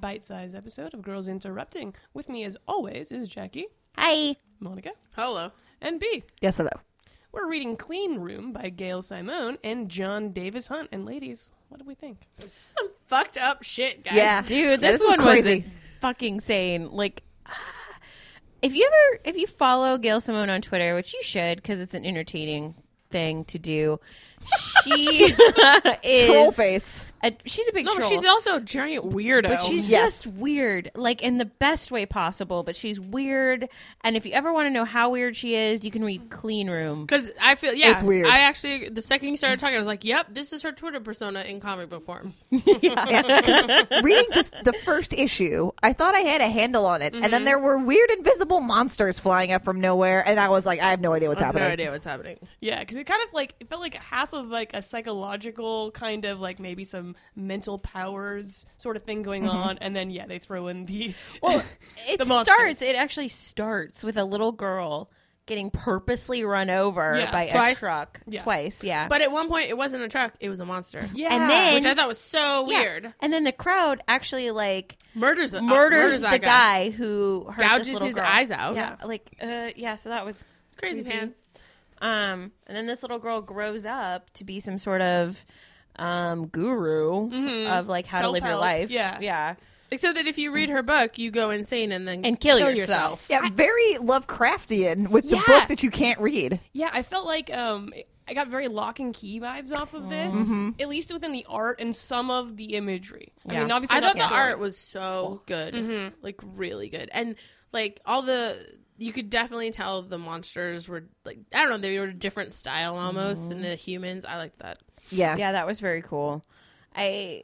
bite sized episode of Girls Interrupting. With me, as always, is Jackie, Hi. Monica, Hello. and B. Yes, hello. We're reading Clean Room by Gail Simone and John Davis Hunt. And ladies, what do we think? Some fucked up shit, guys. Yeah. dude this, This is one crazy. was fucking insane like if you ever if you follow gail simone on twitter which you should because it's an entertaining thing to do she is Troll face. a, she's a big No, but troll she's also a giant weirdo. but she's Yes. just weird like in the best way possible but she's weird and if you ever want to know how weird she is you can read clean room because I feel yeah. It's weird. I actually the second you started talking, I was like, "Yep, this is her Twitter persona in comic book form." Reading just the first issue, I thought I had a handle on it, and then Mm-hmm. there were weird invisible monsters flying up from nowhere, and I was like, I have no idea what's I have no happening. idea what's happening. Yeah, because it kind of like it felt like half of like a psychological kind of like maybe some mental powers sort of thing going Mm-hmm. on, and then yeah, they throw in the well it The monsters. starts it actually starts with a little girl getting purposely run over Yeah, by twice. a truck Yeah. twice yeah But at one point, it wasn't a truck; it was a monster, yeah, and then which I thought was so Yeah. weird. And then the crowd actually like Murders the uh, murders the that guy. who hurt this Gouges little his girl. eyes out. Yeah, like uh, yeah. So that was It's crazy pants. um. And then this little girl grows up to be some sort of um guru Mm-hmm. of like how to live your Self-help. life. Yeah. yeah. Except that if you read her book, you go insane and then And kill yourself. Yeah, very Lovecraftian with the Yeah. book that you can't read. Yeah, I felt like um, I got very lock and key vibes off of this, at least within the art and some of the imagery. I Yeah. mean, obviously, I not thought the story. art was so good, Mm-hmm. like really good, and like all the you could definitely tell the monsters were like I don't know they were a different style almost than Mm-hmm. the humans. I like that. Yeah. Yeah, that was very cool. I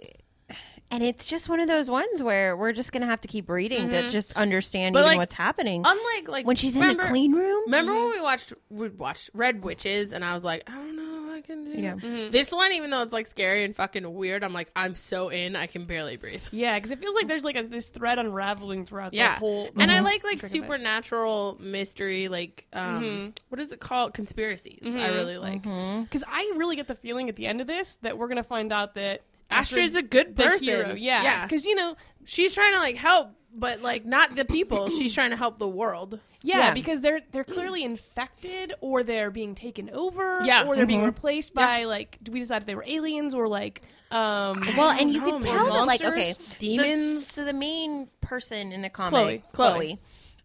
and it's just one of those ones where we're just gonna have to keep reading to just understand Mm-hmm. But, even like, what's happening. Unlike like when she's in remember, the clean room, Remember when we watched we watched Red Witches and I was like I don't know if I can do. Yeah. Mm-hmm. This one, even though it's like scary and fucking weird, I'm like I'm so in I can barely breathe. Yeah, because it feels like there's like a, this thread unraveling throughout Yeah, the whole. and I like like Trick of it. supernatural mystery like um Mm-hmm. what is it called conspiracies. I really like. Mm-hmm. because Mm-hmm. I really get the feeling at the end of this that we're gonna find out that Astrid's a good the person. hero. Yeah, Yeah. because you know, She's trying to like help, but like not the people. She's trying to help the world. yeah, Yeah. because they're they're clearly infected or they're being taken over. Yeah. or they're being replaced by like do we decide if they were aliens or like um Well, and you know, could man. tell that, like, okay, Mm-hmm. Monsters, demons. So, so the main person in the comic, Chloe. Chloe, Chloe.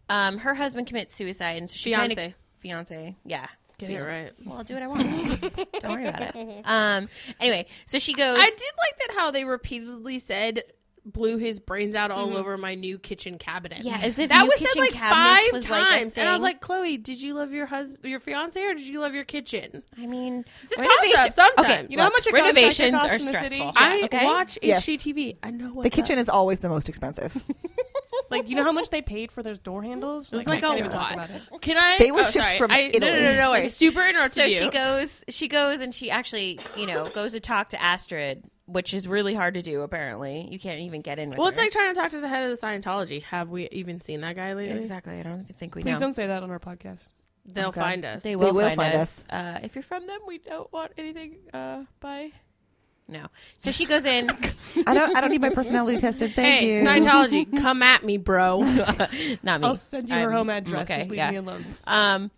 um, her husband commits suicide, and so she Fiance. kinda, fiance, yeah, Get it Fiance. right. Well, I'll do what I want. Don't worry about it. Um, anyway, so she goes. I did like that how they repeatedly said blew his brains out all over my new kitchen cabinet. Mm-hmm. Yeah, as if that new was said kitchen like cabinets five was, like, a times, and I was thing. like, Chloe, did you love your husband, your fiance, or did you love your kitchen? I mean, It's a toss-up sometimes. Okay, You know how look, much a contractor renovations costs are in the city? stressful. I Yeah, watch Yes. HGTV. I know what The kitchen is always the most expensive. like you know how much they paid for those door handles? It's like, I can't a even talk about lot. it. Can I? They were oh, shipped sorry. from I, No, no, Italy. no, no. I Right. super interrupted so you. she goes she goes and she actually you know goes to talk to astrid which is really hard to do apparently you can't even get in with Well, it's her. like trying to talk to the head of the Scientology. Have we even seen that guy lately? exactly i don't think we Please know don't say that on our podcast. They'll Okay. find us. oh, they will, will find, find us, Uh, if you're from them we don't want anything uh, by no so she goes in I don't I don't need my personality tested. Thank hey, you. Scientology, come at me, bro. not me I'll send you her I'm- home address. okay, Just leave yeah. me alone. um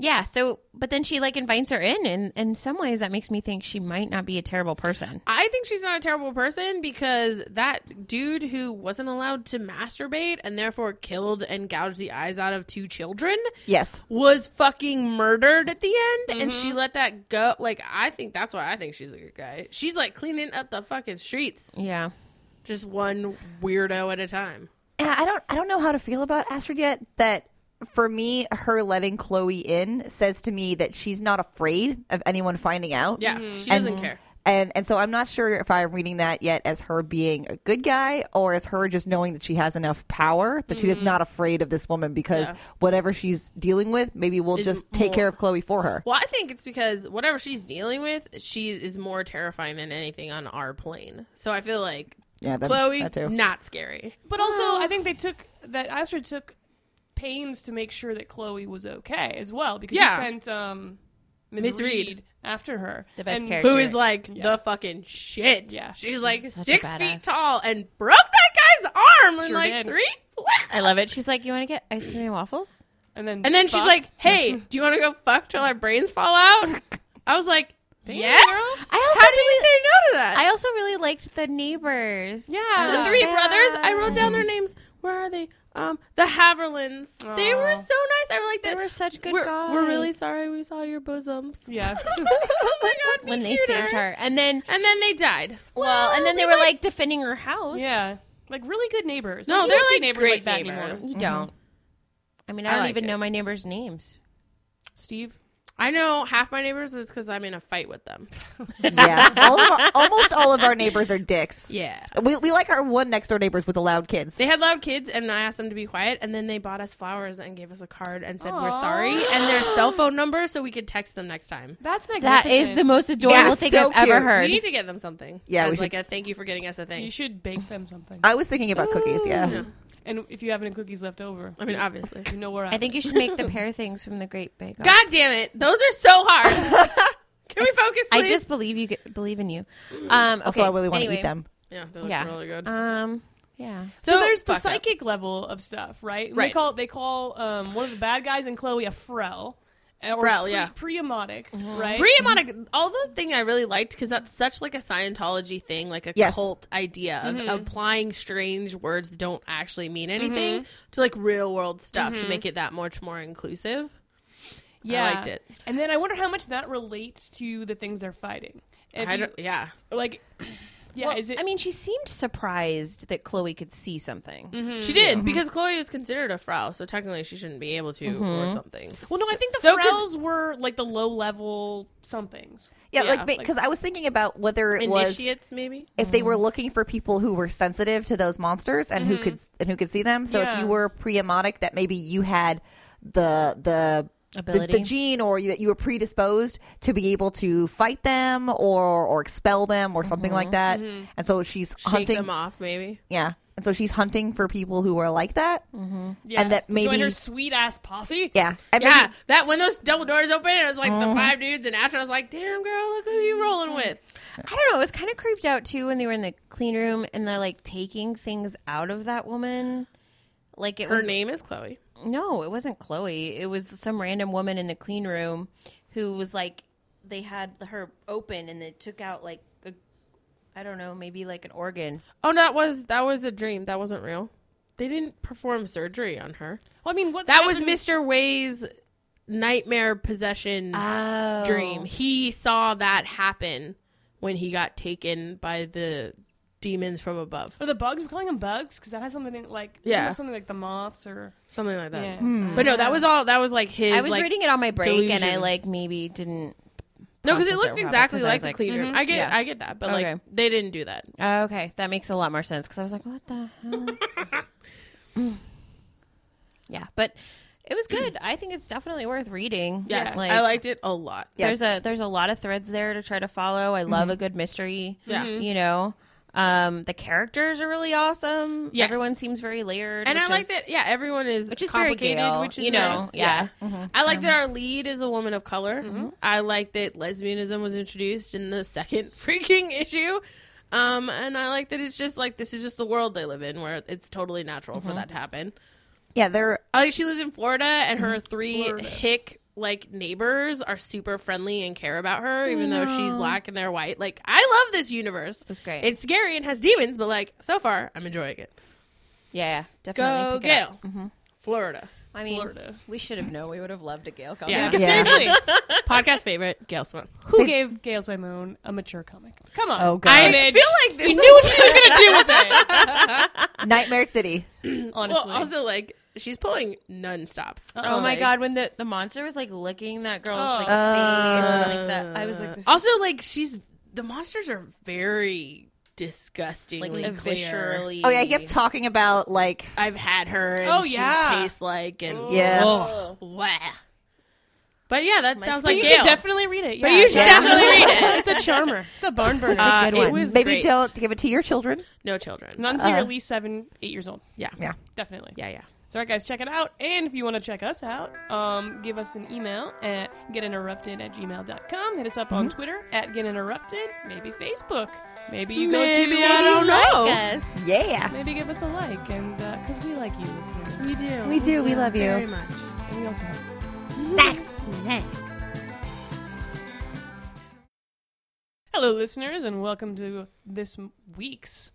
yeah so but then she like invites her in and in some ways that makes me think she might not be a terrible person I think she's not a terrible person because that dude who wasn't allowed to masturbate and therefore killed and gouged the eyes out of two children yes. was fucking murdered at the end and she Mm-hmm. let that go. Like, I think that's why I think she's a good guy. She's like cleaning up the fucking streets, yeah just one weirdo at a time. Yeah, I don't I don't know how to feel about Astrid yet. That for me, her letting Chloe in says to me that she's not afraid of anyone finding out. Yeah, she And- doesn't care. And and so I'm not sure if I'm reading that yet as her being a good guy or as her just knowing that she has enough power that Mm-hmm. she is not afraid of this woman because whatever she's dealing with, maybe we'll just take care of Chloe for her. Well, I think it's because whatever she's dealing with, she is more terrifying than anything on our plane. So I feel like Yeah, that, Chloe, that too. not scary. But also, I think they took that Astrid took pains to make sure that Chloe was okay as well because Yeah. she sent um, Ms. Miss Reed. Reed after her. The best And- character. Who is like the fucking shit. Yeah. She's like Such a six badass. feet tall and broke that guy's arm in Sure like did. three. I love it. She's like, you want to get ice cream and waffles? And then And then she's fuck. like, "Hey, do you want to go fuck till our brains fall out?" I was like, "Yes." I also How do you really- say no to that? I also really liked the neighbors. Yeah. the Oh. three brothers. I wrote down their names. Where are they? Um, the Haverlands. They were Aw. so nice. I like They that. were such good we're, guys. We're really sorry we saw your bosoms. yeah, oh my god, be when they cuter. saved her, and then And then they died. well, and then they were like defending her house. yeah, like really good neighbors. No, you they're, don't see like, neighbors great like that neighbors. anymore. you don't. I mean, I, I don't liked even it. know my neighbors' names. Steve, I know half my neighbors was because I'm in a fight with them. Yeah, all of our, almost all of our neighbors are dicks. Yeah. We, we like our one next door neighbors with the loud kids. They had loud kids, and I asked them to be quiet, and then they bought us flowers and gave us a card and said we're Aw. sorry and their cell phone number so we could text them next time. that's magnificent. That is the most adorable Yeah, thing so I've ever cute. heard. We need to get them something. Yeah, as we should- like a thank you for getting us a You thing. should bake them something. I was thinking about cookies. Yeah. Yeah. And if you have any cookies left over, I mean, obviously. you know where I think you should make the pear things from the Great Bake. Off. God damn it, those are so hard. Can we focus? I please? just believe you get, believe in you. Mm. Um, okay. Also, I really want to Anyway, eat them. yeah, they look yeah. really good. Um, yeah. so, So there's the fuck up. psychic level of stuff, right? They Right. call they call um, one of the bad guys in Chloe a Frel. and- or Frel, pre- yeah. Preemotic, right? Briamonic, all the thing I really liked because that's such like a Scientology thing, like a Yes. cult idea of applying strange words that don't actually mean anything to like real world stuff to make it that much more inclusive. yeah. liked it. And then I wonder how much that relates to the things they're fighting. If I you- don't, yeah, like, yeah, Well, is it? I mean, she seemed surprised that Chloe could see something. she did because Chloe is considered a Frau, so technically she shouldn't be able to or something. well, no, I think the Though 'cause- Frels were like the low level somethings. Yeah, Yeah, like because I was thinking about whether it was initiates maybe. if they were looking for people who were sensitive to those monsters and who could and who could see them. So Yeah. if you were pre-emotic, that maybe you had the the the, the Ability. gene or you, that you were predisposed to be able to fight them or or expel them or something like that. And so she's Shake hunting them off, maybe. Yeah. And so she's hunting for people who are like that. Yeah. And that To join maybe- her sweet ass posse. Yeah. And yeah, maybe- that when those double doors open, it was like the five dudes, and after I was like, "Damn, girl, look who you rolling with." I don't know. It was kind of creeped out too when they were in the clean room and they're like taking things out of that woman. Like it Her was name is Chloe. no, it wasn't Chloe. It was some random woman in the clean room who was like they had her open and they took out like a, I don't know, maybe like an organ. Oh, that was that was a dream. That wasn't real. They didn't perform surgery on her. Well, I mean, what That was happens- Mr. Way's nightmare possession Oh. dream. He saw that happen when he got taken by the demons from above. Are the bugs? We're calling them bugs because that has something like Yeah. yeah, something like the moths or Something like that. yeah. Hmm. But no, that was all. That was like his. I was like- reading it on my break and I delusion. like maybe didn't. No, because it process looked it, exactly because I like was the like, mm-hmm. clean room. I get, yeah. I get that, but like Okay. they didn't do that. Oh, okay, that makes a lot more sense because I was like, what the hell? Mm. yeah, but it was good. I think it's definitely worth reading. Yes, like, I liked it a lot. There's Yes. a there's a lot of threads there to try to follow. I love a good mystery. Yeah. Mhm. you know, um, the characters are really awesome. Yes. Everyone seems very layered, and I which like is- that. Yeah, everyone is which is very complicated, Gail, which is you know, nice. yeah. Mm-hmm. I like that our lead is a woman of color. I like that lesbianism was introduced in the second freaking issue. Um, and I like that it's just like this is just the world they live in where it's totally natural Mm-hmm. for that to happen. yeah, they're I like she lives in Florida and her Mm-hmm. three Florida. hick like neighbors are super friendly and care about her, even though she's black and they're white. Like I love this universe. was great. It's scary and has demons, but like so far I'm enjoying it. yeah, definitely. Go pick it up. Mm-hmm. Gail. Florida. I mean, Florida. we should have known. We would have loved a Gail comic. Yeah. Oh, Yeah. Seriously, Podcast favorite, Gail Simone. who gave Gail Simone a mature comic? Come on, Oh, God. I Image. feel like this You knew what she was gonna do with it. Nightmare City. Honestly, Well, also like she's pulling non stops. Oh my god, when the, the monster was like licking that girl's like face Oh. and, like that, I Uh, was like, this Also, like she's the monsters are very disgustingly like clear. viscerally. Oh yeah, I kept talking about like I've had her. And Oh, she yeah. tastes like and Yeah. Ugh, blah. But yeah, that sounds but like you Gail. should definitely read it. But yeah. you should Yeah. definitely read it. it's a charmer. It's a barn burner. Uh, good it one. was maybe great. don't give it to your children. no children. Nuns are at least seven, eight years old. Uh-huh. yeah, Yeah. Definitely. yeah, yeah. So, all right, guys, check it out. And if you want to check us out, um, give us an email at getinterrupted at gmail.com. Hit us up Mm-hmm. on Twitter at getinterrupted. Maybe Facebook. Maybe you go to, Maybe, I uh, don't know. Yes. Yeah. Maybe give us a like, and because we like you listeners. We do. We do. We love you. Very much. And we also have stories. Snacks. Oh, Snacks. Hello, listeners, and welcome to this m- week's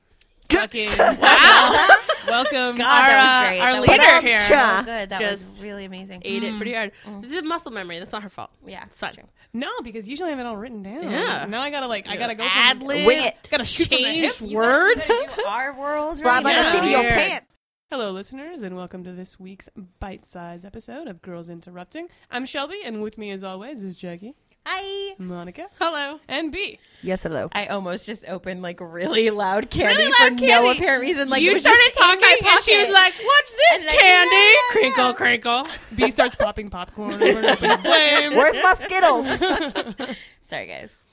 fucking welcome. God, that was uh, great. our that leader was here. so good. That Just- was really amazing. Ate it pretty hard. This is muscle memory. That's not her fault. yeah, It's fun. true. No, because usually I have it all written down. Yeah. Now I gotta like I gotta go Ad from- lib. Wing it. Gotta shoot from the Change hip. words. Our world. Fly by Yeah. the seat of your Weird. pants. Hello, listeners, and welcome to this week's bite-sized episode of Girls Interrupting. I'm Shelby, and with me, as always, is Jackie, Hi. Monica, Hello. and B. Yes, hello. I almost just opened like really loud candy Really for loud no candy. apparent reason. Like it you was started just in talking, my and she was pocket. like, "Watch this And like, candy, yeah, yeah, crinkle, yeah. crinkle." B starts popping popcorn over and over in flame. Where's my Skittles? "Sorry, guys."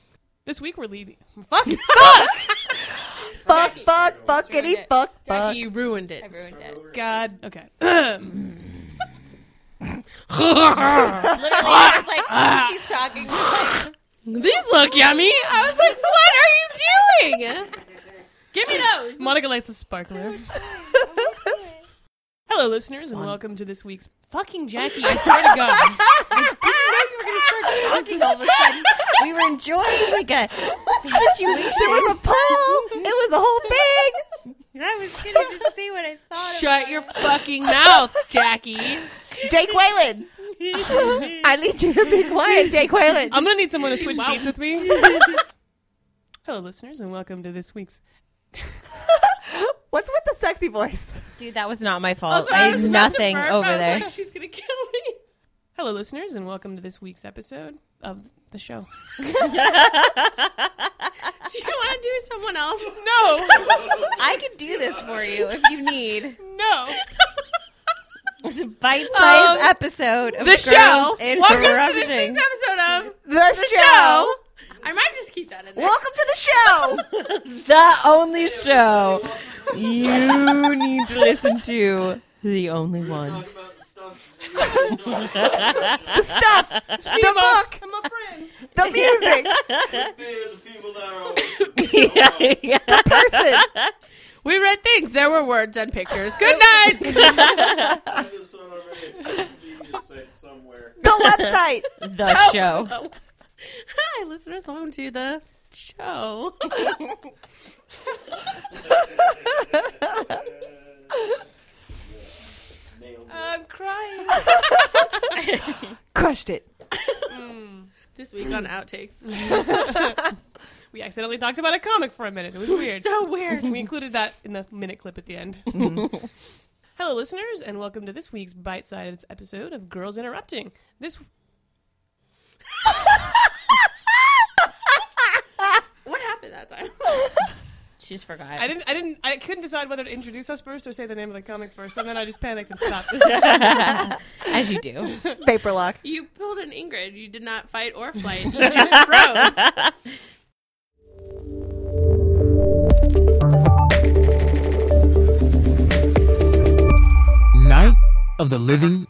This week we're leading. Fuck. fuck, fuck, fuckity, fuck, fuck. you ruined it. I ruined it. God. Okay. Literally, I was like, she's talking. She's like, These look yummy. I was like, "What are you doing?" Give me those. Monica lights a sparkler. Hello, listeners, and welcome to this week's fucking Jackie. I swear to God. talking all of a sudden. We were enjoying like a There situation. was a poll. It was a whole thing. I was gonna just see what I thought. Shut your fucking mouth, Jackie. Jake Whalen. I need you to be quiet, Jake Whalen. I'm gonna need someone to switch seats with me. Hello, listeners, and welcome to this week's. What's with the sexy voice? Dude, that was not my fault. Also, I I was had about to nothing burp. over I was there. Like, She's gonna kill me. Hello, listeners, and welcome to this week's episode of the show. Do you want to do someone else? No, I can do this for you if you need. no. It's a bite-sized Um, episode of The Girls show. Welcome to this Interrupting. week's episode of. The, show. I might just keep that in there. Welcome to the show. the only show you need to listen to. The only one. Talk about stuff. you really don't know. the stuff. The book. I'm a friend. The music. They are the people that are yeah, yeah. Person. We read things. There were words and pictures. Good night. I just don't know if it's supposed to be just like somewhere. The website. The show. Hi, listeners. Welcome to the show. Nailed it. I'm crying. Crushed it. this week on Outtakes. We accidentally talked about a comic for a minute. It was weird. Mm-hmm. So weird. We included that in the minute clip at the end. Hello, listeners, and welcome to this week's bite sized episode of Girls Interrupting. This What happened that time? She just forgot. I didn't, I didn't, I couldn't decide whether to introduce us first or say the name of the comic first, and then I just panicked and stopped. As you do. Paper lock. You pulled an Ingrid. You did not fight or flight. You just froze. Night of the Living